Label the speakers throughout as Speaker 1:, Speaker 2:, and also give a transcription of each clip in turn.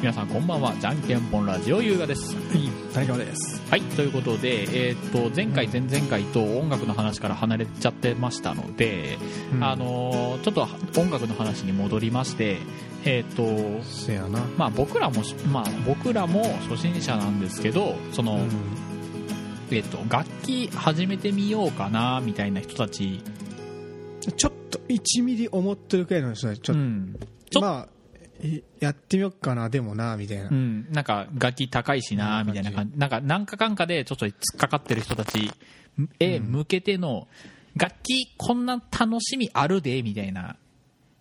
Speaker 1: 皆さんこんばんはじゃんけんぽんラジオ優雅です
Speaker 2: 大丈です
Speaker 1: はいということで、えー、と前回前々回と音楽の話から離れちゃってましたので、
Speaker 2: うん
Speaker 1: あのーちょっと音楽の話に戻りましてえっ、と
Speaker 2: せやな
Speaker 1: まあ、僕らもし、まあ、僕らも初心者なんですけどその、
Speaker 2: うん
Speaker 1: えっと楽器始めてみようかなみたいな人たち
Speaker 2: ちょっと1ミリ思ってるくらいの人はちょっ
Speaker 1: うんち
Speaker 2: と、
Speaker 1: ょっ
Speaker 2: まあいやってみようかなでもなみたいな、
Speaker 1: うん、なんか楽器高いしなみたいな感じなんか何かかんかでちょっと突っかかってる人たちへ向けての、楽器こんな楽しみあるでみたいな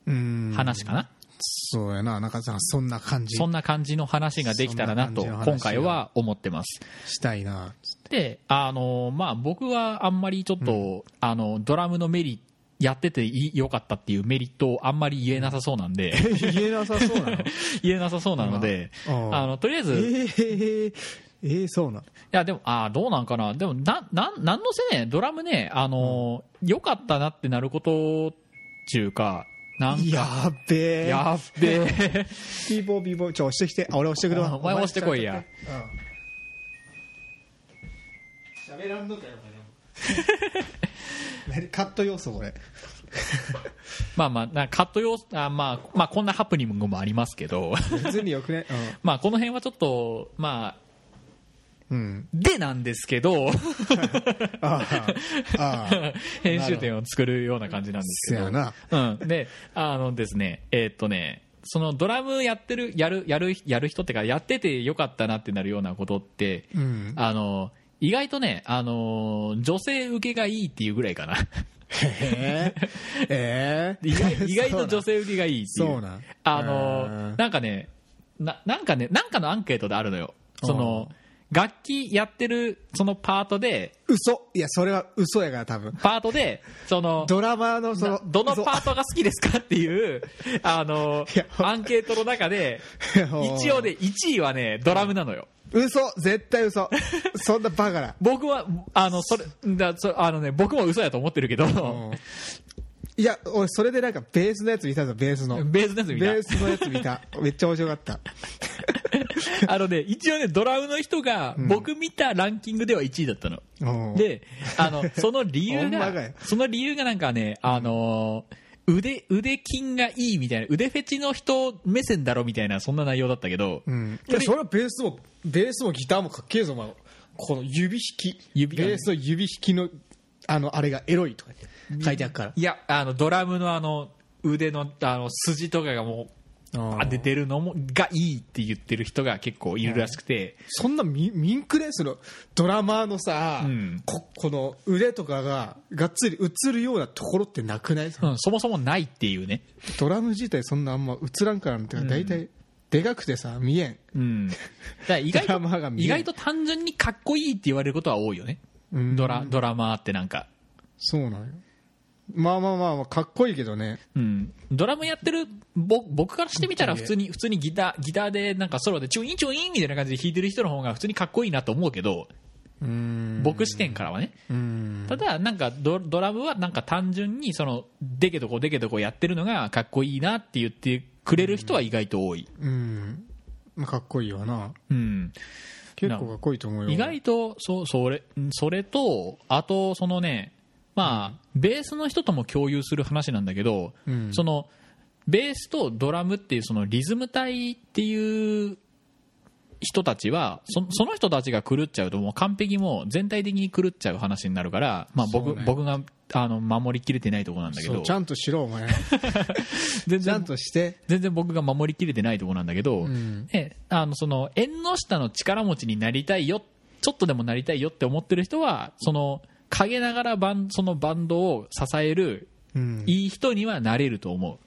Speaker 2: うん
Speaker 1: 話かな、
Speaker 2: そうやななんかさそんな感じ
Speaker 1: そんな感じの話ができたらなと
Speaker 2: そんな感じの話
Speaker 1: 今回は思ってます
Speaker 2: したいな
Speaker 1: であのまあ僕はあんまりちょっと、あのドラムのメリやってていい良かったっていうメリットをあんまり言えなさそうなんで
Speaker 2: 言えなさ そうなの
Speaker 1: 言えなさそうなので、
Speaker 2: うん
Speaker 1: あのとりあえず、
Speaker 2: えー、えー、そうな
Speaker 1: い
Speaker 2: の
Speaker 1: やでもあーどうなんかなでもななんなんのせねドラムねあのー良、かったなってなることっていうかなんか
Speaker 2: やっべえ
Speaker 1: やっべ え
Speaker 2: ビボビボちょ押してきてあ俺押してくる
Speaker 1: あ
Speaker 2: わ
Speaker 1: お前押してこいや
Speaker 2: うん喋らんのかよお前 何カット要素これ
Speaker 1: まあまあなカット用あまあまあこんなハプニングもありますけど
Speaker 2: 別によくね
Speaker 1: まあこの辺はちょっとまあ
Speaker 2: うん、うん、
Speaker 1: でなんですけど
Speaker 2: ああああ
Speaker 1: 編集点を作るような感じなんです
Speaker 2: せ
Speaker 1: けど
Speaker 2: やな
Speaker 1: うん、であのですねえーっとねそのドラムやってるやるやるやる人ってかやっててよかったなってな るようなことって
Speaker 2: うん
Speaker 1: あの意外とね、あの女性受けがいいっていうぐらいか な
Speaker 2: えー、えー、
Speaker 1: 意外意外と女性受けがいいっていう
Speaker 2: そうなん
Speaker 1: あの
Speaker 2: うん
Speaker 1: なんかねななんかねなんかのアンケートであるのよその楽器やってるそのパートで
Speaker 2: 嘘いやそれは嘘やから多分
Speaker 1: パートでそ の
Speaker 2: ドラマーのそ
Speaker 1: な
Speaker 2: の
Speaker 1: どのパートが好きですかっていうあの
Speaker 2: いや
Speaker 1: アンケートの中で
Speaker 2: 嘘
Speaker 1: 一応ね1位はねドラムなのよ
Speaker 2: 嘘絶対嘘そんなバカな
Speaker 1: 僕はあのそれだそあのね僕も嘘やと思ってるけど
Speaker 2: いや俺それでなんかベースのやつ見たぞベースの
Speaker 1: ベースのやつ見た
Speaker 2: ベースのやつ見ためっちゃ面白かった
Speaker 1: あのね、一応ね、ドラムの人が、僕見たランキングでは1位だったの。
Speaker 2: うん
Speaker 1: で、あの、その理由
Speaker 2: ほんまか
Speaker 1: が
Speaker 2: よ、
Speaker 1: その理由がなんかね、あのー腕、腕筋がいいみたいな、腕フェチの人目線だろみたいな、そんな内容だったけど、
Speaker 2: うん、いやそれはベースもベースもギターもかっけえぞお前この指弾き
Speaker 1: 指
Speaker 2: ベースの指弾きのあのあれがエロいとか書いてあるから
Speaker 1: いや、あの、ドラムのあの、腕の、あの、筋とかがもう、
Speaker 2: あー
Speaker 1: あ出てるのも、がいいって言ってる人が結構いるらしくて、
Speaker 2: そんなミミンクレースのドラマーのさ、
Speaker 1: うん
Speaker 2: ここの腕とかががっつり映るようなところってなくない、
Speaker 1: うん、そもそもないっていうね。
Speaker 2: ドラム自体そんなあんま映らんからなんていうか大体でかくてさ見えん
Speaker 1: うん、だから意外
Speaker 2: ドラマーが
Speaker 1: と
Speaker 2: 見
Speaker 1: 意
Speaker 2: える
Speaker 1: 外と単純にかっこいいって言われることは多いよね
Speaker 2: うん
Speaker 1: ドラドラマーってなんか、
Speaker 2: そうなんよまあまあまあまあかっこいいけどね
Speaker 1: うん、ドラムやってるぼ僕からしてみたら普通に普通にギターギターでなんかソロでチュインチュインみたいな感じで弾いてる人の方が普通にかっこいいなと思うけど
Speaker 2: うん
Speaker 1: 僕視点からはね
Speaker 2: うん
Speaker 1: ただなんかドドラムはなんか単純にそのでけどこでけどこやってるのがかっこいいなって言ってくれる人は意外と多い、
Speaker 2: うん、まあ、かっこいいわな
Speaker 1: うん、
Speaker 2: 結構かっこいいと思うよ
Speaker 1: 意外とそそれそれとあとそのねまあベースの人とも共有する話なんだけど、
Speaker 2: うん
Speaker 1: そのベースとドラムっていうそのリズム体っていう人たちはそその人たちが狂っちゃうともう完璧もう全体的に狂っちゃう話になるから、まあ、僕
Speaker 2: そうね
Speaker 1: 僕があの守りきれてないところなんだけ
Speaker 2: そ
Speaker 1: ど
Speaker 2: うちゃんとしろお前
Speaker 1: 全
Speaker 2: ちゃ
Speaker 1: 然
Speaker 2: んとして
Speaker 1: 全然僕が守りきれてないところなんだけど、
Speaker 2: ん
Speaker 1: ねあのその縁の下の力持ちになりたいよちょっとでもなりたいよって思ってる人はその陰ながらバンそのバンドを支える
Speaker 2: うん
Speaker 1: いい人にはなれると思う、
Speaker 2: うん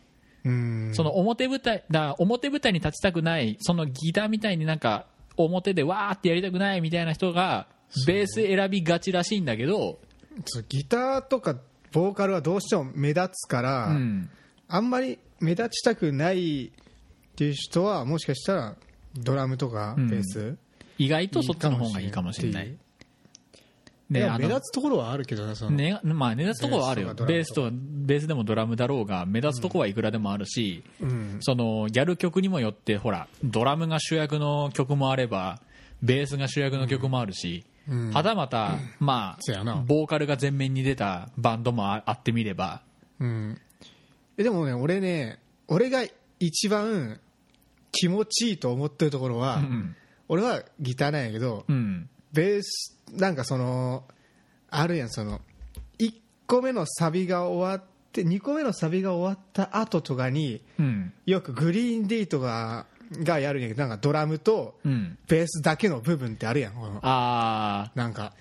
Speaker 1: その表舞台だ表舞台に立ちたくないそのギターみたいになんか表でわーってやりたくないみたいな人がベース選びがちらしいんだけど
Speaker 2: そうギターとかボーカルはどうしても目立つから、
Speaker 1: うん
Speaker 2: あんまり目立ちたくないっていう人はもしかしたらドラムとか
Speaker 1: うん
Speaker 2: ベース、
Speaker 1: 意外とそっちの方がいいかもしれない
Speaker 2: い
Speaker 1: ね
Speaker 2: でも
Speaker 1: あの
Speaker 2: 目立つところはあるけどねその
Speaker 1: ねまあ、目立つところはあるよベ
Speaker 2: ベ
Speaker 1: ー
Speaker 2: ー
Speaker 1: ス
Speaker 2: ス
Speaker 1: と
Speaker 2: と
Speaker 1: はベースでもドラムだろうが目立つところはいくらでもあるし、
Speaker 2: うん
Speaker 1: そのやる曲にもよってほらドラムが主役の曲もあればベースが主役の曲もあるし、
Speaker 2: うん
Speaker 1: はたまた、ま
Speaker 2: そうやな
Speaker 1: あ、ボーカルが前面に出たバンドもああってみれば
Speaker 2: うんえでもね俺ね俺が一番気持ちいいと思ってるところは、
Speaker 1: うん
Speaker 2: 俺はギターなんやけど、
Speaker 1: うん
Speaker 2: ベースなんかそのあるやんその1個目のサビが終わって2個目のサビが終わった後とかに
Speaker 1: うん
Speaker 2: よくグリーンディーとかがやるんやけどなんかドラムと
Speaker 1: うん
Speaker 2: ベースだけの部分ってあるやんこの
Speaker 1: あ
Speaker 2: なんか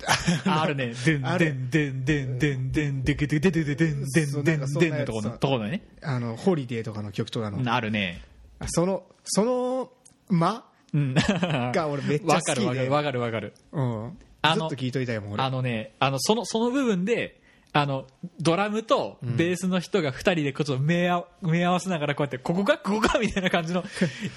Speaker 1: ーあるね 「でん
Speaker 2: あ
Speaker 1: で
Speaker 2: る
Speaker 1: んでんでんでんでんでんでんでんでんでんでん
Speaker 2: そう
Speaker 1: で
Speaker 2: なんん
Speaker 1: で
Speaker 2: か
Speaker 1: ん
Speaker 2: そ
Speaker 1: でん」
Speaker 2: んなやつ
Speaker 1: のとこのところね
Speaker 2: あのホリデーとかの曲とかの、
Speaker 1: あるね
Speaker 2: そのその間
Speaker 1: うん
Speaker 2: が俺めっちゃ
Speaker 1: わか
Speaker 2: 好き
Speaker 1: るわか
Speaker 2: で
Speaker 1: るわかるわかる
Speaker 2: うん、
Speaker 1: あ
Speaker 2: ず
Speaker 1: の
Speaker 2: っと聴いといたいもん俺
Speaker 1: あのね、あの、その、その部分で、あの、ドラムとベースの人が二人でこうちょっと目あ、目合わせながらこうやって、ここか、ここか、みたいな感 じの、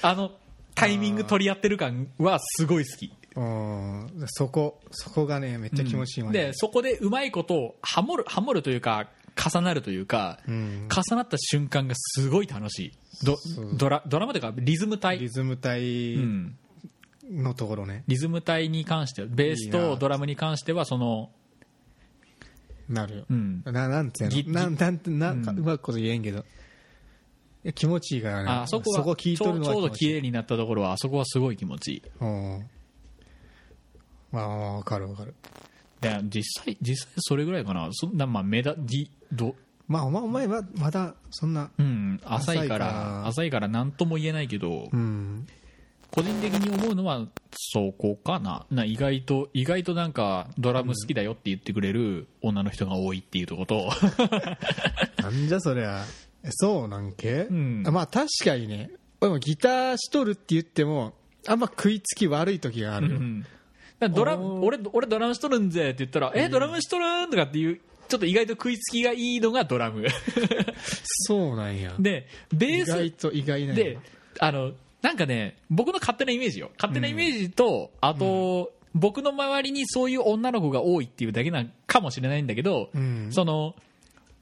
Speaker 1: あの、タイミング取り合ってる感はすごい好き。
Speaker 2: うんそこそこがねめっちゃ気持ちいいわね、
Speaker 1: で、そこでうまいことをハモる、ハモるというか、重なるというか、
Speaker 2: うん
Speaker 1: 重なった瞬間がすごい楽しい。ド
Speaker 2: そう
Speaker 1: ドラドラマというか、リズム
Speaker 2: リ
Speaker 1: 体。
Speaker 2: ズム
Speaker 1: う
Speaker 2: 体
Speaker 1: ん
Speaker 2: のところね、
Speaker 1: リズム体に関してはベース
Speaker 2: いい
Speaker 1: と
Speaker 2: な
Speaker 1: ドラムに関してはその
Speaker 2: なるよ、
Speaker 1: うん
Speaker 2: ななんて
Speaker 1: ぎ
Speaker 2: いう
Speaker 1: ぎ
Speaker 2: のなんなんてなんか
Speaker 1: う
Speaker 2: うんまくこと言えんけど、いや気持ちいいからね
Speaker 1: あそこは
Speaker 2: 聞いとるの
Speaker 1: ちょうちょうど
Speaker 2: は気持ち
Speaker 1: 綺
Speaker 2: いい
Speaker 1: 麗になったところはあそこはすごい気持ちいい
Speaker 2: うんまあまあわかるわかる
Speaker 1: で実際実際それぐらいかなそんなまあ目立ちど
Speaker 2: まあお前お前はまだそんな
Speaker 1: うん浅いか
Speaker 2: 浅いからら
Speaker 1: 浅いから何とも言えないけど
Speaker 2: うん
Speaker 1: 個人的に思うのはそこかなな意外と意外となんかドラム好きだよって言ってくれる女の人が多いっていうとこと
Speaker 2: なんじゃそりゃそうなんけ、
Speaker 1: うん
Speaker 2: まあ確かにね俺もギターしとるって言ってもあんま食いつき悪い時があ
Speaker 1: う
Speaker 2: るよ、
Speaker 1: んだからドラ
Speaker 2: おー
Speaker 1: 俺俺ドラムしとるんぜって言ったらえドラムしとるんとかっていうちょっと意外と食いつきがいいのがドラム
Speaker 2: そうなんや
Speaker 1: でベ
Speaker 2: 意
Speaker 1: ース
Speaker 2: 外と意外なんや
Speaker 1: であのなんかね僕の勝手なイメージよ勝手なイメージと、あと、僕の周りにそういう女の子が多いっていうだけなんかもしれないんだけど、
Speaker 2: うん
Speaker 1: その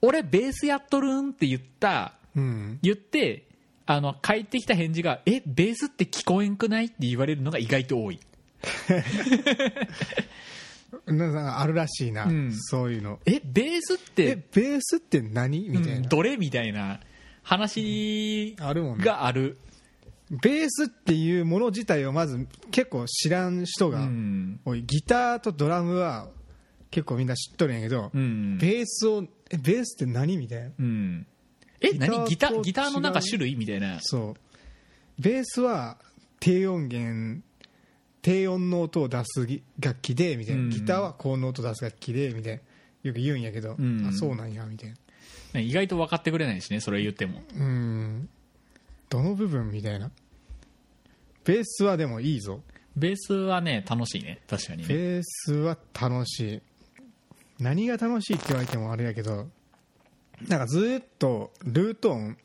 Speaker 1: 俺ベースやっとるんって言った
Speaker 2: うん
Speaker 1: 言ってあの返ってきた返事が「えベースって聞こえんくない?」って言われるのが意外と多い
Speaker 2: なんかあるらしいな、
Speaker 1: うん
Speaker 2: そういうの
Speaker 1: 「えベースっ
Speaker 2: え
Speaker 1: て
Speaker 2: ベースって何みたいな、
Speaker 1: うんどれ?」みたいな話
Speaker 2: あるもんね
Speaker 1: がある、
Speaker 2: ベースっていうもの自体をまず結構知らん人
Speaker 1: う
Speaker 2: が、
Speaker 1: ん
Speaker 2: おいギターとドラムは結構みんな知っとるんやけど、
Speaker 1: うん
Speaker 2: ベースをえベースって何みたいな
Speaker 1: うん、え何ギ
Speaker 2: ギ
Speaker 1: タ
Speaker 2: ターと
Speaker 1: ーギターのなんか
Speaker 2: 違う
Speaker 1: 種類みたいな
Speaker 2: そうベースは低音源低音の音を出すぎ楽器でみたいな、
Speaker 1: うん
Speaker 2: ギターは高音の音を出す楽器でみたいなよく言うんやけど、
Speaker 1: うん
Speaker 2: あそうなんやみたいな
Speaker 1: ね意外と分かってくれないしねそれ言っても
Speaker 2: うんどの部分みたいなベースはでもいいぞ
Speaker 1: ベースはね楽しいね確かにね
Speaker 2: ベースは楽しい何が楽しいって言われてもあれやけどなんかずーっとルート音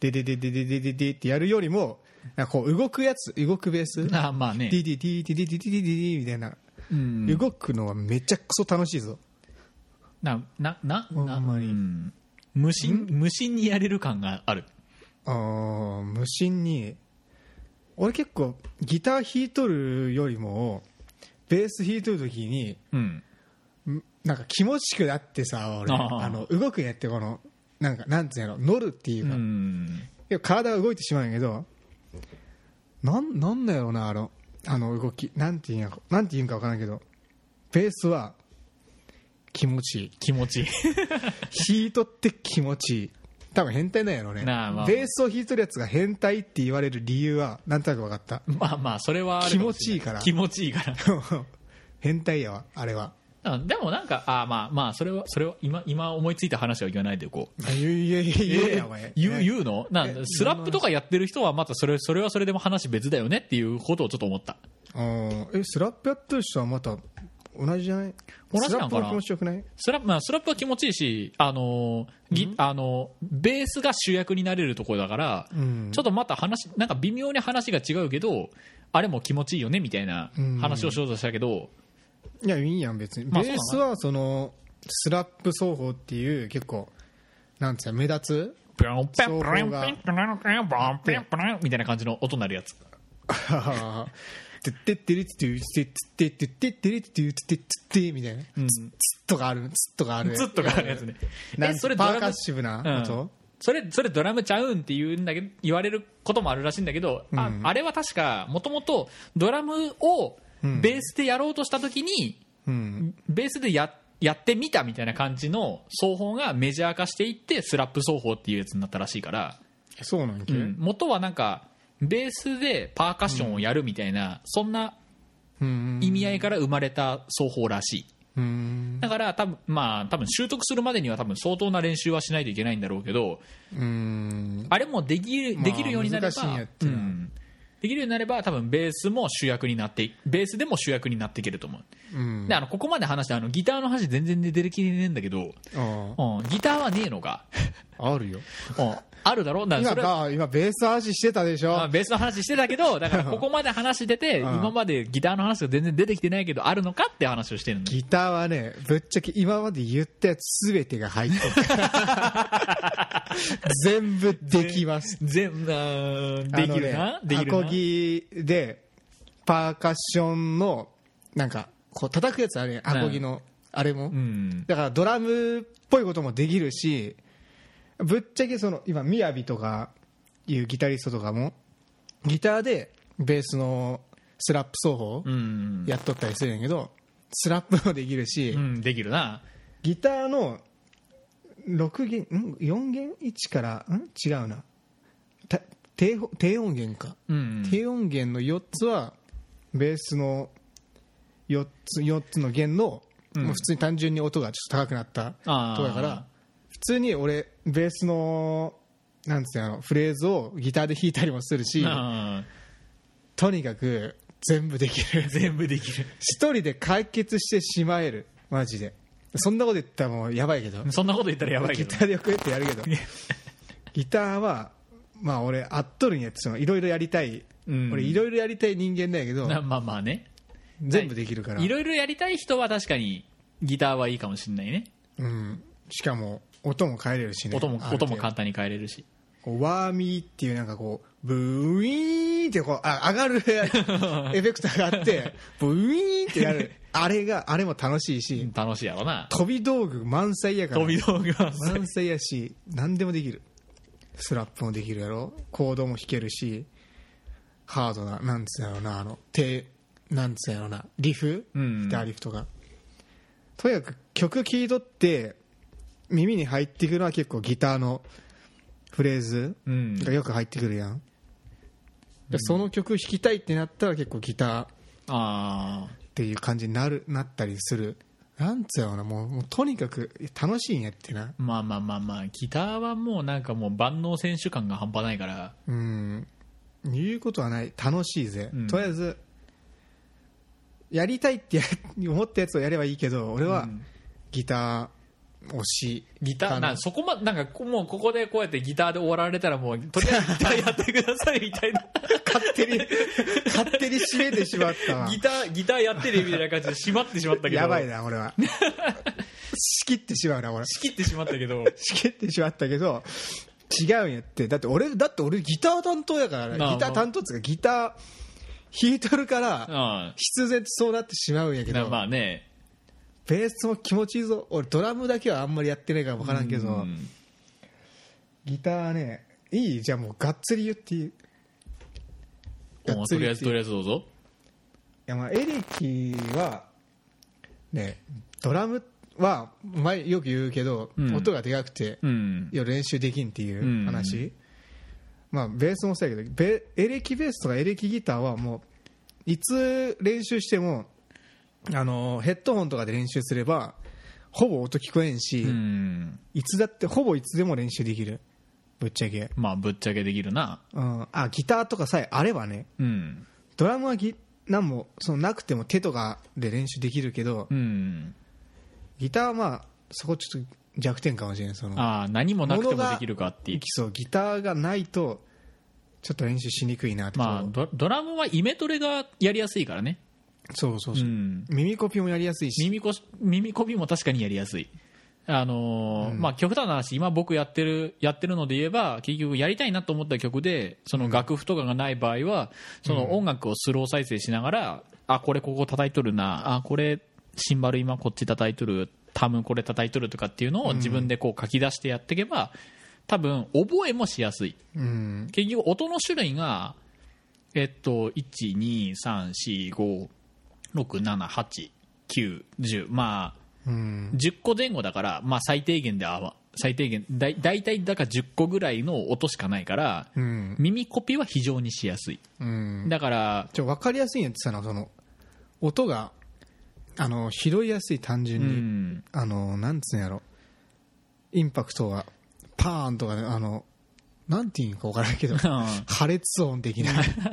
Speaker 2: ででででででででってやるよりもなんかこう動くやつ動くベースディ
Speaker 1: あまあね
Speaker 2: ディディディディディディディディみたいな
Speaker 1: うん
Speaker 2: 動くのはめちゃくそ楽しいぞ
Speaker 1: なななな
Speaker 2: あんまり
Speaker 1: うん無心無心にやれる感がある
Speaker 2: あー無心に俺結構ギター弾いとるよりもベース弾いとる時に
Speaker 1: うん
Speaker 2: んなんか気持ちくなってさ俺
Speaker 1: あー
Speaker 2: あの動くんやってこのなんかなんつうの乗るっていう
Speaker 1: う
Speaker 2: か、
Speaker 1: ん
Speaker 2: でも体が動いてしまうんやけどなんなんだよなあのあの動きなんていうんやなんていうんか分からんけどベースは気持ちいい
Speaker 1: 気持ちいい
Speaker 2: 弾いとって気持ちいい多分変態なんやろね
Speaker 1: なあまあ
Speaker 2: ベースを弾いとるやつが変態って言われる理由はなんとなく分かった
Speaker 1: まあまあそれはあるもしれな
Speaker 2: 気持ちいいから
Speaker 1: 気持ちいいから
Speaker 2: 変態やわあれは
Speaker 1: うんでもなんかあまあまあそれはそれは今今思いついた話は言わないでおこう
Speaker 2: いやいやいやいや
Speaker 1: え
Speaker 2: お前
Speaker 1: 言う言うのなん
Speaker 2: え
Speaker 1: スラップとかやってる人はまたそれそれはそれでも話別だよねっていうことをちょっと思った
Speaker 2: あーえスラップやってる人はまた同じじゃない
Speaker 1: 同じ
Speaker 2: ス
Speaker 1: な
Speaker 2: ラ
Speaker 1: のかな
Speaker 2: ップは気持ちよくない
Speaker 1: スラップ、まあ、スラップは気持ちいいし、あのーぎあのーベースが主役になれるところだから、
Speaker 2: ん
Speaker 1: ちょっとまた話、なんか微妙に話が違うけど、あれも気持ちいいよねみたいな話をしようとしたけど、
Speaker 2: いやいいやん別に、
Speaker 1: まあ
Speaker 2: ベースはそのスラップ奏法っていう結構なんつうの目立つ
Speaker 1: ピョンピョンピョンピョンピョンピョンピョンピョンピョンみたいな感じの音になるやつ
Speaker 2: てってってりってりってってってってってりってりってってってみたいな、つっとかあるつっとかある
Speaker 1: ずっとかかるやつね
Speaker 2: なん
Speaker 1: えそれド
Speaker 2: パ
Speaker 1: ラ
Speaker 2: ー
Speaker 1: ム
Speaker 2: カッシブな音、
Speaker 1: うんそれそれドラムちゃうんって言うんだけど言われることもあるらしいんだけど、ああれは確かもともとドラムをベースでやろうとした時に、
Speaker 2: うん
Speaker 1: ベースでややってみたみたいな感じの奏法がメジャー化していってスラップ奏法っていうやつになったらしいから、
Speaker 2: そうなんけ、
Speaker 1: うん元はなんかベースでパーカッションをやるみたいな、そんな
Speaker 2: うん
Speaker 1: 意味合いから生まれた奏法らしい
Speaker 2: うん
Speaker 1: だから多分まあ多分習得するまでには多分相当な練習はしないといけないんだろうけど
Speaker 2: うん
Speaker 1: あれもできる
Speaker 2: まあ
Speaker 1: できるようになれば、
Speaker 2: 難しいんやってな
Speaker 1: うんできるようになれば多分ベースも主役になってベースでも主役になっていけると思う、
Speaker 2: うん
Speaker 1: であのここまで話したあのギターの話全然出てきてねえんだけど、
Speaker 2: あ
Speaker 1: うん、ギターはねえのか、
Speaker 2: ああるよ
Speaker 1: うん、あるだろうな
Speaker 2: 今
Speaker 1: それは
Speaker 2: か今ベース味してたでし
Speaker 1: まあ
Speaker 2: ょ
Speaker 1: ベースの話してたけどだからここまで話してて
Speaker 2: うん
Speaker 1: 今までギターの話が全然出てきてないけどあるのかって話をしてるんだ
Speaker 2: ギターはねぶっちゃけ今まで言ったやつ全てが入って る全部できます
Speaker 1: 全あーできるな、
Speaker 2: あのね
Speaker 1: できるな
Speaker 2: アコギでパーカッションのなんかこう叩くやつあれアコギのあれも、
Speaker 1: うん
Speaker 2: だからドラムっぽいこともできるしぶっちゃけその今みやびとかいうギタリストとかもギターでベースのスラップ奏法
Speaker 1: うん、
Speaker 2: やっとったりするんやけどスラップもできるし、
Speaker 1: うん、できるな
Speaker 2: ギターの6弦ん4弦1からん違うなた低音低音源か
Speaker 1: うん
Speaker 2: 低音源の4つはベースの4つ4つの弦の、
Speaker 1: うん
Speaker 2: もう普通に単純に音がちょっと高くなった
Speaker 1: あー
Speaker 2: とだから普通に俺ベースのなんつうのあのフレーズをギターで弾いたりもするし
Speaker 1: うん
Speaker 2: とにかく全部できる
Speaker 1: 全部できる
Speaker 2: 一人で解決してしまえるマジでそんなこと言ったらもうやばいけど
Speaker 1: そんなこと言ったらやばいけ
Speaker 2: ギ
Speaker 1: ど
Speaker 2: ターでよくやってやるけどギターはまあ俺あっとるんやっていろいろやりたい、
Speaker 1: うん
Speaker 2: 俺いろいろやりたい人間だけ ど
Speaker 1: なまあまあね
Speaker 2: 全部できるから
Speaker 1: いろいろやりたい人は確かにギターはいいかもしれないね
Speaker 2: うん、しかも音も変えれるしね
Speaker 1: 音も
Speaker 2: ある程
Speaker 1: 音
Speaker 2: 度
Speaker 1: も簡単に変えれるし
Speaker 2: こうワーミーっていうなんかこうブイーンってこうあ上がる エフェクターが あってブイーンってやるあれがあれも楽しいし
Speaker 1: 楽しいやろな
Speaker 2: 飛び道具満載やから
Speaker 1: 飛び道具は
Speaker 2: 満載やし何でもできるスラップもできるやろコードも弾けるしハードななんつうんやろなあの手なんつうんやろなリフ、
Speaker 1: うん
Speaker 2: ギターリフとかとにかく曲聴いとって耳に入ってくるのは結構ギターのフレーズ
Speaker 1: うん
Speaker 2: がよく入ってくるやん、でその曲弾きたいってなったら結構ギターっ
Speaker 1: あ
Speaker 2: ていう感じになるなったりするなんつうんやろなもうもうとにかく楽しいんやってな
Speaker 1: ーまあまあまあまあギターはもうなんかもう万能選手感が半端ないから
Speaker 2: うん言うことはない楽しいぜ、
Speaker 1: うん
Speaker 2: とりあえずやりたいってや思ったやつをやればいいけど俺
Speaker 1: う
Speaker 2: は
Speaker 1: ん
Speaker 2: ギター推し
Speaker 1: ギター
Speaker 2: かな
Speaker 1: なそこまなんかこもうここでこうやってギターで終わられたらもうとりあえずギターやってくださいみたい な
Speaker 2: 勝 手に勝手に締めてしまったわ
Speaker 1: ギターギターやってるみたいな感じで閉まってしまったけど
Speaker 2: やばいな俺は仕切ってしまうな俺
Speaker 1: 仕切ってしまったけど
Speaker 2: 仕切ってしまったけど違うんやってだって俺だって俺ギター担当やからね
Speaker 1: まあ
Speaker 2: ギター担当っつうかギター弾いとるから
Speaker 1: あ
Speaker 2: 必然そうなってしまうんやけど
Speaker 1: あまあね
Speaker 2: ベースも気持ちいいぞ俺ドラムだけはあんまりやってないから分からんけど、
Speaker 1: うん
Speaker 2: ギターはねいいじゃあもうがっつり言っていい
Speaker 1: もうとりあえずと
Speaker 2: い
Speaker 1: りあえずどうぞ
Speaker 2: やまあエレキはねドラムは前よく言うけど、
Speaker 1: うん
Speaker 2: 音がでかくて、
Speaker 1: うん
Speaker 2: よ練習できんっていう話、まあベースもそうやけどベエレキベースとかエレキギターはもういつ練習してもあのヘッドホンとかで練習すればほぼ音聞こえんし、
Speaker 1: うん
Speaker 2: いつだってほぼいつでも練習できるぶっちゃけ、
Speaker 1: まあぶっちゃけできるな
Speaker 2: うん、あギターとかさえあればね
Speaker 1: うん
Speaker 2: ドラムはギなんもそのなくても手とかで練習できるけど
Speaker 1: うん
Speaker 2: ギターはまあそこちょっと弱点かもしれないその
Speaker 1: ああ何もなくてもできるかっていう
Speaker 2: そうギターがないとちょっと練習しにくいなって
Speaker 1: まあ
Speaker 2: こう
Speaker 1: ドドラムはイメトレがやりやすいからね
Speaker 2: そうそう
Speaker 1: う
Speaker 2: そう、
Speaker 1: ん
Speaker 2: 耳コピもやりやすいし
Speaker 1: 耳こし耳こびも確かにやりやすいあのーまあ極端な話今僕やってるやってるので言えば結局やりたいなと思った曲でその楽譜とかがない場合はその音楽をスロー再生しながら、あこれここ叩いとるなあこれシンバル今こっち叩いとるタムこれ叩いとるとかっていうのを自分でこう書き出してやっていけば多分覚えもしやすい
Speaker 2: うん
Speaker 1: 結局音の種類がえっと12345678910まあ
Speaker 2: うん
Speaker 1: 10個前後だから、まあ、最低限であ最低限だい大体だから10個ぐらいの音しかないから
Speaker 2: うん
Speaker 1: 耳コピは非常にしやすい
Speaker 2: うん
Speaker 1: だから
Speaker 2: ちょ分かりやすいのってさその音があの拾いやすい単
Speaker 1: う
Speaker 2: 純に、
Speaker 1: ん
Speaker 2: あのなんつうんやろインパクトがパーンとかねあのなんていうんか分から んけど破裂音的な聞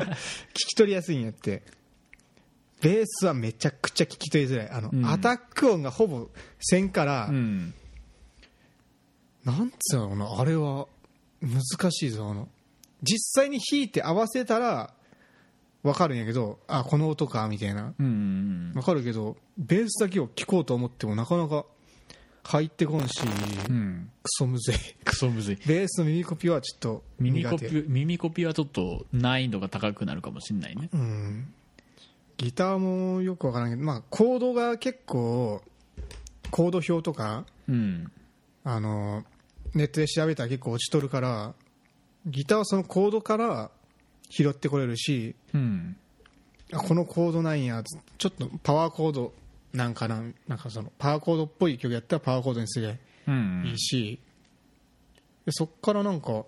Speaker 2: き取りやすいんやってベースはめちゃくちゃ聞き取りづらいあの、
Speaker 1: うん
Speaker 2: アタック音がほぼせんから、
Speaker 1: うん
Speaker 2: なんつうのかなあれは難しいぞあの実際に弾いて合わせたら分かるんやけどあこの音かみたいな
Speaker 1: うん
Speaker 2: 分かるけどベースだけを聴こうと思ってもなかなか入ってこんし、
Speaker 1: うん
Speaker 2: クソむずい
Speaker 1: クソむずい
Speaker 2: ベースの耳コピはちょっと
Speaker 1: 耳コ
Speaker 2: 苦手
Speaker 1: ピ耳コピはちょっと難易度が高くなるかもしれないね
Speaker 2: うんギターもよく分からんけど、まあ、コードが結構コード表とか
Speaker 1: うん
Speaker 2: あのネットで調べたら結構落ちとるからギターはそのコードから拾ってこれるし
Speaker 1: うん
Speaker 2: あこのコードなんやちょっとパワーコードなんかななんかそのパワーコードっぽい曲やったらパワーコードにすりゃ
Speaker 1: うん
Speaker 2: いいし、でそっからなんか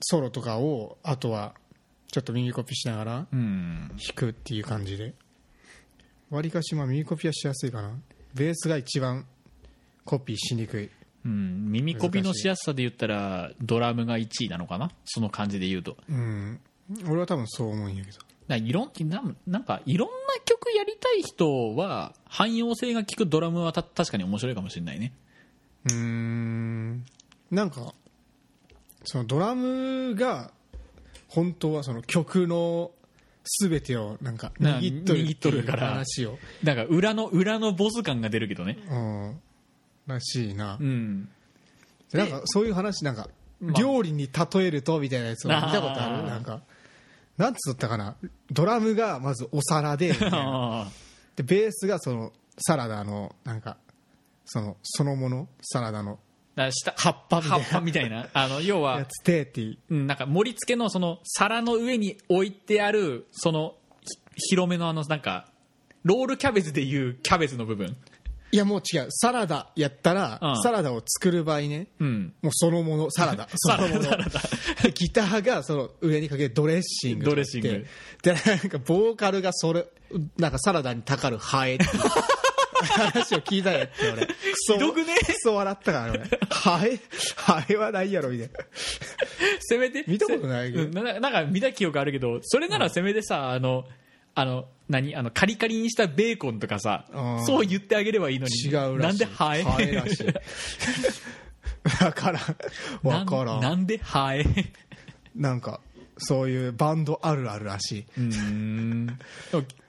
Speaker 2: ソロとかをあとはちょっと耳コピしながら
Speaker 1: うん
Speaker 2: 弾くっていう感じでわりかしまあ耳コピはしやすいかなベースが一番コピーしにくい
Speaker 1: うん、耳コピのしやすさで言ったらドラムが1位なのかなその感じで言うとだか
Speaker 2: うん俺は多分そう思うんやけど
Speaker 1: らいろんなんなんかいろんな曲やりたい人は汎用性が効くドラムはた確かに面白いかもしれないね
Speaker 2: うーんなんかそのドラムが本当はその曲の全てをなんか
Speaker 1: な
Speaker 2: 握っとる
Speaker 1: 握っとる
Speaker 2: っていう
Speaker 1: から
Speaker 2: 話を
Speaker 1: だから裏の裏のボス感が出るけどね
Speaker 2: うんらしいな
Speaker 1: うん
Speaker 2: でなんかそういう話なんか
Speaker 1: まあ
Speaker 2: 料理に例えるとみたいなやつを見たことあ
Speaker 1: あー
Speaker 2: るなんかなんつったかなドラムがまずお皿でみたいな
Speaker 1: あ
Speaker 2: でベースがそのサラダのなんかそのそのものサラダの
Speaker 1: あだから下葉っぱみたいな葉っぱみたいなあの要
Speaker 2: や
Speaker 1: は、
Speaker 2: つでっていう
Speaker 1: うん、なんか盛り付けのその皿の上に置いてあるそのひ広めのあのなんかロールキャベツでいうキャベツの部分
Speaker 2: いやもう違うサラダやったら、
Speaker 1: うん
Speaker 2: サラダを作る場合ね
Speaker 1: うん
Speaker 2: もうそのものサラダそのもの
Speaker 1: サラダ
Speaker 2: でギターがその上にかけるドレッシングとか言って
Speaker 1: ドレッシング
Speaker 2: でなんかボーカルがそれなんかサラダにたかるハエっていう話を聞いたやって俺クソ
Speaker 1: ひどくね
Speaker 2: クソ笑ったから俺ハエハエはないやろみたいな
Speaker 1: せめて
Speaker 2: 見たことないけど
Speaker 1: うんななんか見た記憶あるけどそれならせめてさ、あのあの何あのカリカリにしたベーコンとかさ、
Speaker 2: うん
Speaker 1: そう言ってあげればいいのに
Speaker 2: 違うら
Speaker 1: なん
Speaker 2: しい
Speaker 1: でハエ
Speaker 2: ハエらしいわからんわか
Speaker 1: な
Speaker 2: ら
Speaker 1: んんなんでハエ
Speaker 2: なんかそういうバンドあるあるらしい
Speaker 1: うん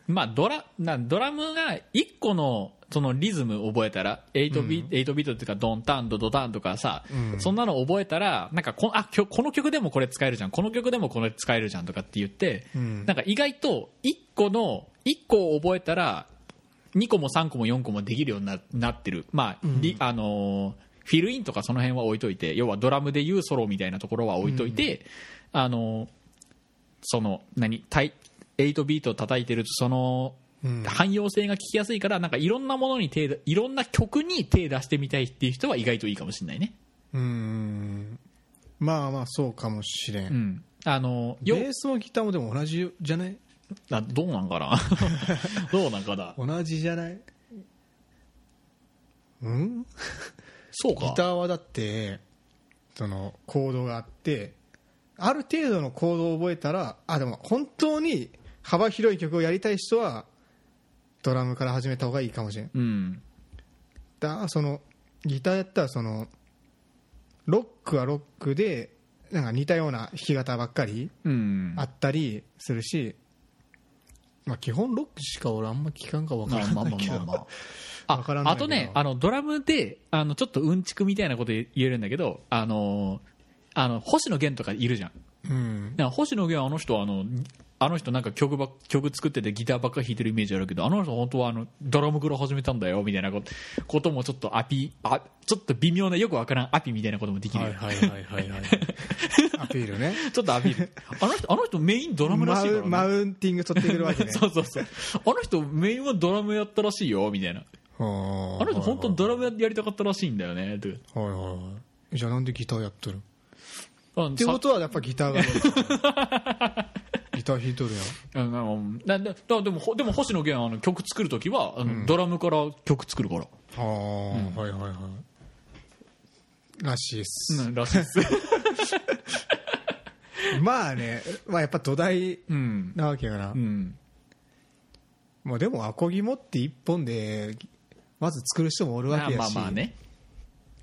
Speaker 1: まあドラなドラムが一個のそのリズム覚えたら8ビ,、8ビートっていうかドンタンドドタンとかさ、そんなの覚えたらなんかこあきょこの曲でもこれ使えるじゃんこの曲でもこれ使えるじゃんとかって言って、
Speaker 2: ん
Speaker 1: なんか意外と一個の一個を覚えたら2個も3個も4個もできるようにななってる、まあリあのーフィルインとかその辺は置いといて要はドラムでいうソロみたいなところは置いといて、あのーその何タイ8ビートを叩いてるとその、
Speaker 2: うん
Speaker 1: 汎用性が聞きやすいからなんかいろんなものに手出いろんな曲に手出してみたいっていう人は意外といいかもしれないね。
Speaker 2: うーんまあまあそうかもしれん、
Speaker 1: うん、あの
Speaker 2: ベ
Speaker 1: よ
Speaker 2: ースもギターもでも同じじゃない
Speaker 1: あどうなんか などうなんかだ
Speaker 2: 同じじゃないうん
Speaker 1: そう
Speaker 2: ギ
Speaker 1: か
Speaker 2: ターはだってそのコードがあってある程度のコードを覚えたらあでも本当に幅広い曲をやりたい人はドラムから始めた方がいいかもしれん
Speaker 1: うん
Speaker 2: だそのギターやったらそのロックはロックでなんか似たような弾き方ばっかり
Speaker 1: うん
Speaker 2: あったりするしまあ基本ロックしか俺あんま聞かんから分か
Speaker 1: ま
Speaker 2: ら
Speaker 1: あまあ
Speaker 2: な
Speaker 1: まあ
Speaker 2: いけ
Speaker 1: ま
Speaker 2: ど
Speaker 1: あまああ
Speaker 2: わからない
Speaker 1: あ
Speaker 2: けど
Speaker 1: とねあのドラムであのちょっとうんちくみたいなこと言えるんだけどあのあの星野源とかいるじゃん
Speaker 2: うん
Speaker 1: なんか星野源はあの人はあのあの人なんか曲ば曲作っててギターばっかり弾いてるイメージあるけどあの人本当はあのドラムクロ始めたんだよみたいなことこともちょっとアピあちょっと微妙なよくわからんアピみたいなこともできるよ、
Speaker 2: はいはいはいはいはいアピールね
Speaker 1: ちょっとアピールあの人あの人メインドラムら
Speaker 2: マ
Speaker 1: しいから、
Speaker 2: ウ
Speaker 1: ね、
Speaker 2: マウンティング取ってくるわけね
Speaker 1: そうそうそうあの人メインはドラムやったらしいよみたいな
Speaker 2: あ
Speaker 1: あの人本当ドラムやりたかったらしいんだよねとか
Speaker 2: 当はいはいはいじゃあなんでギターやっとる
Speaker 1: あ
Speaker 2: って
Speaker 1: さ
Speaker 2: ことはやっぱギターがギター弾いとるやん
Speaker 1: うんあのななだでもほでも星野源はあの曲作るときはあの、ドラムから曲作るから、
Speaker 2: ああ、はいはいはいらしいっす、
Speaker 1: うん、らしいっす
Speaker 2: まあね、まあ、やっぱ土台
Speaker 1: うん
Speaker 2: なわけやな、
Speaker 1: うん
Speaker 2: まあ、でもアコギ持って一本でまず作る人もおるわけやし、
Speaker 1: まあまあね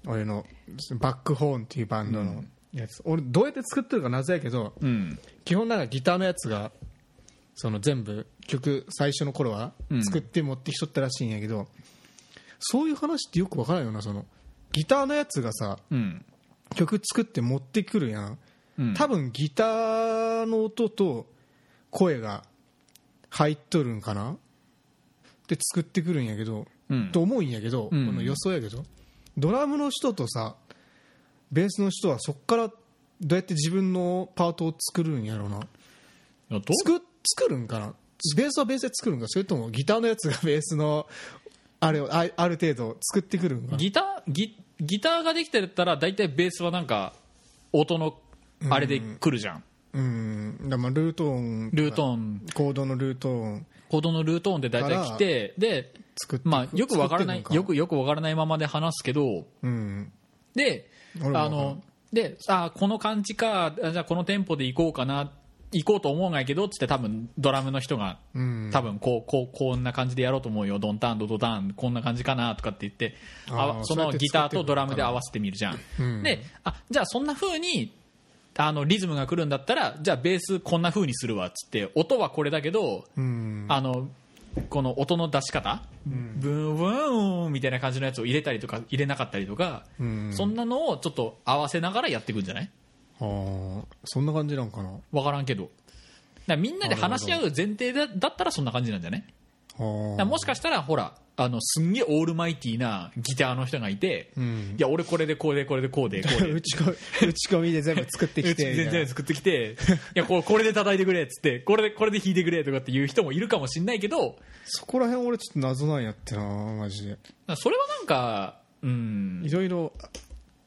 Speaker 2: 俺のバックホーンっていうバンドのやつ、俺どうやって作ってるか謎やけど
Speaker 1: うん
Speaker 2: 基本なんかギターのやつがその全部曲最初の頃は
Speaker 1: うん
Speaker 2: 作って持ってきとったらしいんやけど、そういう話ってよくわからんよなそのギターのやつがさ
Speaker 1: うん
Speaker 2: 曲作って持ってくるやん、
Speaker 1: うん
Speaker 2: 多分ギターの音と声が入っとるんかなで作ってくるんやけど、
Speaker 1: うん
Speaker 2: と思うんやけど、
Speaker 1: うん
Speaker 2: この予想やけどドラムの人とさベースの人はそっからどうやって自分のパートを作るんやろうな
Speaker 1: どう
Speaker 2: 作作るんかなベースはベースで作るんかそれともギターのやつがベースのあれをあある程度作ってくるんか
Speaker 1: ギターギギターができてたら大体ベースはなんか音のあれで来るじゃん、
Speaker 2: うんだからまあルート音
Speaker 1: ルート音
Speaker 2: コードのルート音
Speaker 1: コードのルート音で大体来てで
Speaker 2: 作って
Speaker 1: まあよくわからない
Speaker 2: 作ってんの
Speaker 1: よくよくわからないままで話すけど
Speaker 2: うん
Speaker 1: で
Speaker 2: 俺もわ
Speaker 1: あ
Speaker 2: からん
Speaker 1: のであこの感じかあじゃあこのテンポで行こうかな行こうと思うんやけどっつって多分ドラムの人が
Speaker 2: うん
Speaker 1: 多分こうこうこんな感じでやろうと思うよドンタンドドタンこんな感じかなとかって言ってあ
Speaker 2: あー
Speaker 1: わそ
Speaker 2: そうやっ
Speaker 1: の
Speaker 2: て
Speaker 1: ギターとドラムで合わせてみるじゃん、
Speaker 2: うん
Speaker 1: であじゃあそんな風にあのリズムが来るんだったらじゃあベースこんな風にするわっつって音はこれだけど、
Speaker 2: うん
Speaker 1: あのこの音の出し方、ブンブンみたいな感じのやつを入れたりとか入れなかったりとか、
Speaker 2: うん
Speaker 1: そんなのをちょっと合わせながらやっていくんじゃない
Speaker 2: あーそんな感じなんかな
Speaker 1: わからんけどだからみんなで話し合う前提だだったらそんな感じなんじゃない
Speaker 2: あ
Speaker 1: だから
Speaker 2: ー
Speaker 1: もしかしたらほらあのすんげえオールマイティーなギターの人がいて、
Speaker 2: ん
Speaker 1: いや俺これでこれでこれで こうでこうで
Speaker 2: 打ち込 み打ち込みで全部作ってき
Speaker 1: うち
Speaker 2: てみたい
Speaker 1: 全
Speaker 2: な
Speaker 1: 然作ってきて いやこれこれで叩いてくれっつってこれでこれで弾いてくれとかっていう人もいるかもしれないけど
Speaker 2: そこら辺俺ちょっと謎なんやってなマジで
Speaker 1: それはなんかうん
Speaker 2: いろいろ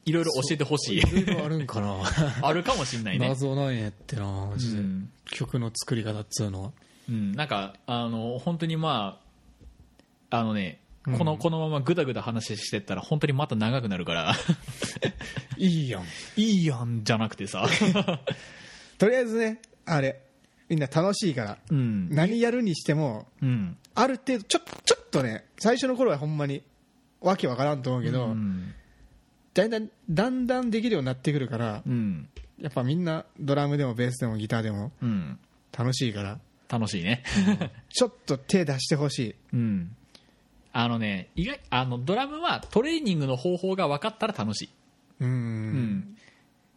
Speaker 1: いろいろ教えてほしい
Speaker 2: いろいろあるんかな
Speaker 1: あるかもしれ ないね、
Speaker 2: 謎なんやってなマジで、
Speaker 1: うん
Speaker 2: 曲の作り方っつうのは
Speaker 1: うん、なんかあの本当にまああのね
Speaker 2: うん
Speaker 1: このこのままぐだぐだ話してったら本当にまた長くなるから
Speaker 2: いいやん
Speaker 1: いいやんじゃなくてさ、
Speaker 2: とりあえずねあれみんな楽しいから、
Speaker 1: うん
Speaker 2: 何やるにしても
Speaker 1: うん、
Speaker 2: ある程度ちょちょっとね最初の頃はほんまにわけわからんと思うけど、
Speaker 1: うん
Speaker 2: だんだんだんだんできるようになってくるから
Speaker 1: うん
Speaker 2: やっぱみんなドラムでもベースでもギターでも
Speaker 1: うん、
Speaker 2: 楽しいから
Speaker 1: 楽しいね、
Speaker 2: ちょっと手出してほしい
Speaker 1: うん、あのね意外あのドラムはトレーニングの方法が分かったら楽しい、
Speaker 2: うーん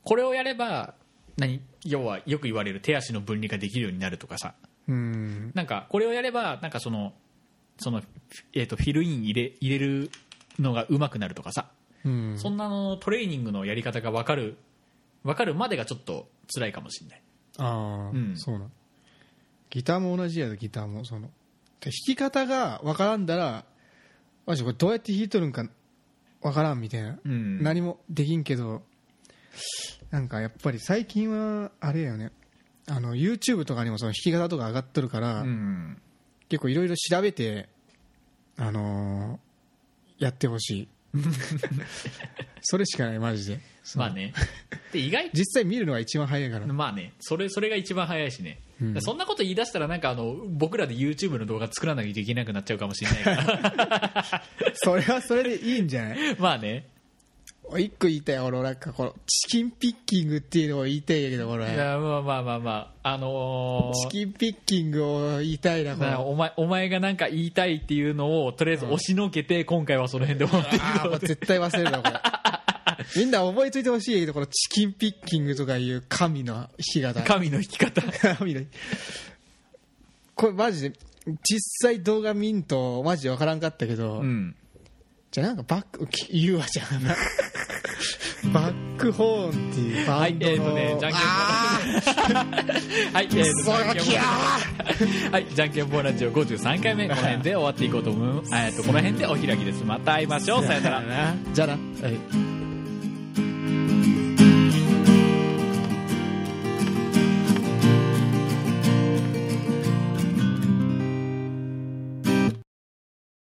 Speaker 1: これをやれば何要はよく言われる手足の分離ができるようになるとかさ
Speaker 2: うーん
Speaker 1: なんかこれをやればなんかそのその、えー、とフィルイン入れ入れるのが上手くなるとかさ、
Speaker 2: うーん
Speaker 1: そんなのトレーニングのやり方が分かる分かるまでがちょっと辛いかもしれない
Speaker 2: ああ、
Speaker 1: うん
Speaker 2: そうなんギターも同じやでギターもそので弾き方がわからんだらマジこれどうやって弾いとるんかわからんみたいな、
Speaker 1: うん
Speaker 2: 何もできんけどなんかやっぱり最近はあれやよねあの YouTube とかにもその弾き方とか上がっとるから、
Speaker 1: うん
Speaker 2: 結構いろいろ調べて、あのーやって ほしいそれしかないマジで
Speaker 1: まあねで意外と
Speaker 2: 実際見るのが一番早 いから
Speaker 1: まあねそれそれが一番早いしね、そんなこと言い出したらなんかあの僕らで YouTube の動画作らなきゃいけなく なっちゃうかもしれないから
Speaker 2: それはそれでいいんじゃない
Speaker 1: まあね
Speaker 2: 一個言いたい俺なんかこのチキンピッキングっていうのを言いたいんだけど俺
Speaker 1: いやまあまあまあまああの
Speaker 2: チ
Speaker 1: ー
Speaker 2: キンピッキングを言いたいなこ
Speaker 1: な
Speaker 2: の
Speaker 1: お前お前がなんか言いたいっていうのをとりあえず押しのけて今回はその辺で終わってい
Speaker 2: あ
Speaker 1: く
Speaker 2: あもう絶対忘れるな これみんな覚えといてほしいけどこのチキンピッキングとかいう神の弾き方
Speaker 1: 神の弾き方
Speaker 2: 神のこれマジで実際動画見んとマジで分からんかったけど、
Speaker 1: うん
Speaker 2: じゃあなんかバックき言うわじゃんバックホーンっていうバン
Speaker 1: はいえ
Speaker 2: ドの、
Speaker 1: ーとねじゃんけんぽん
Speaker 2: あー
Speaker 1: はい、えーと
Speaker 2: その気や
Speaker 1: はい、じゃんけんぽんラジオ53回目、この辺で終わっていこうと思う。えーと、この辺でお開きです。また会いましょう。さよなら。
Speaker 2: じゃあなはい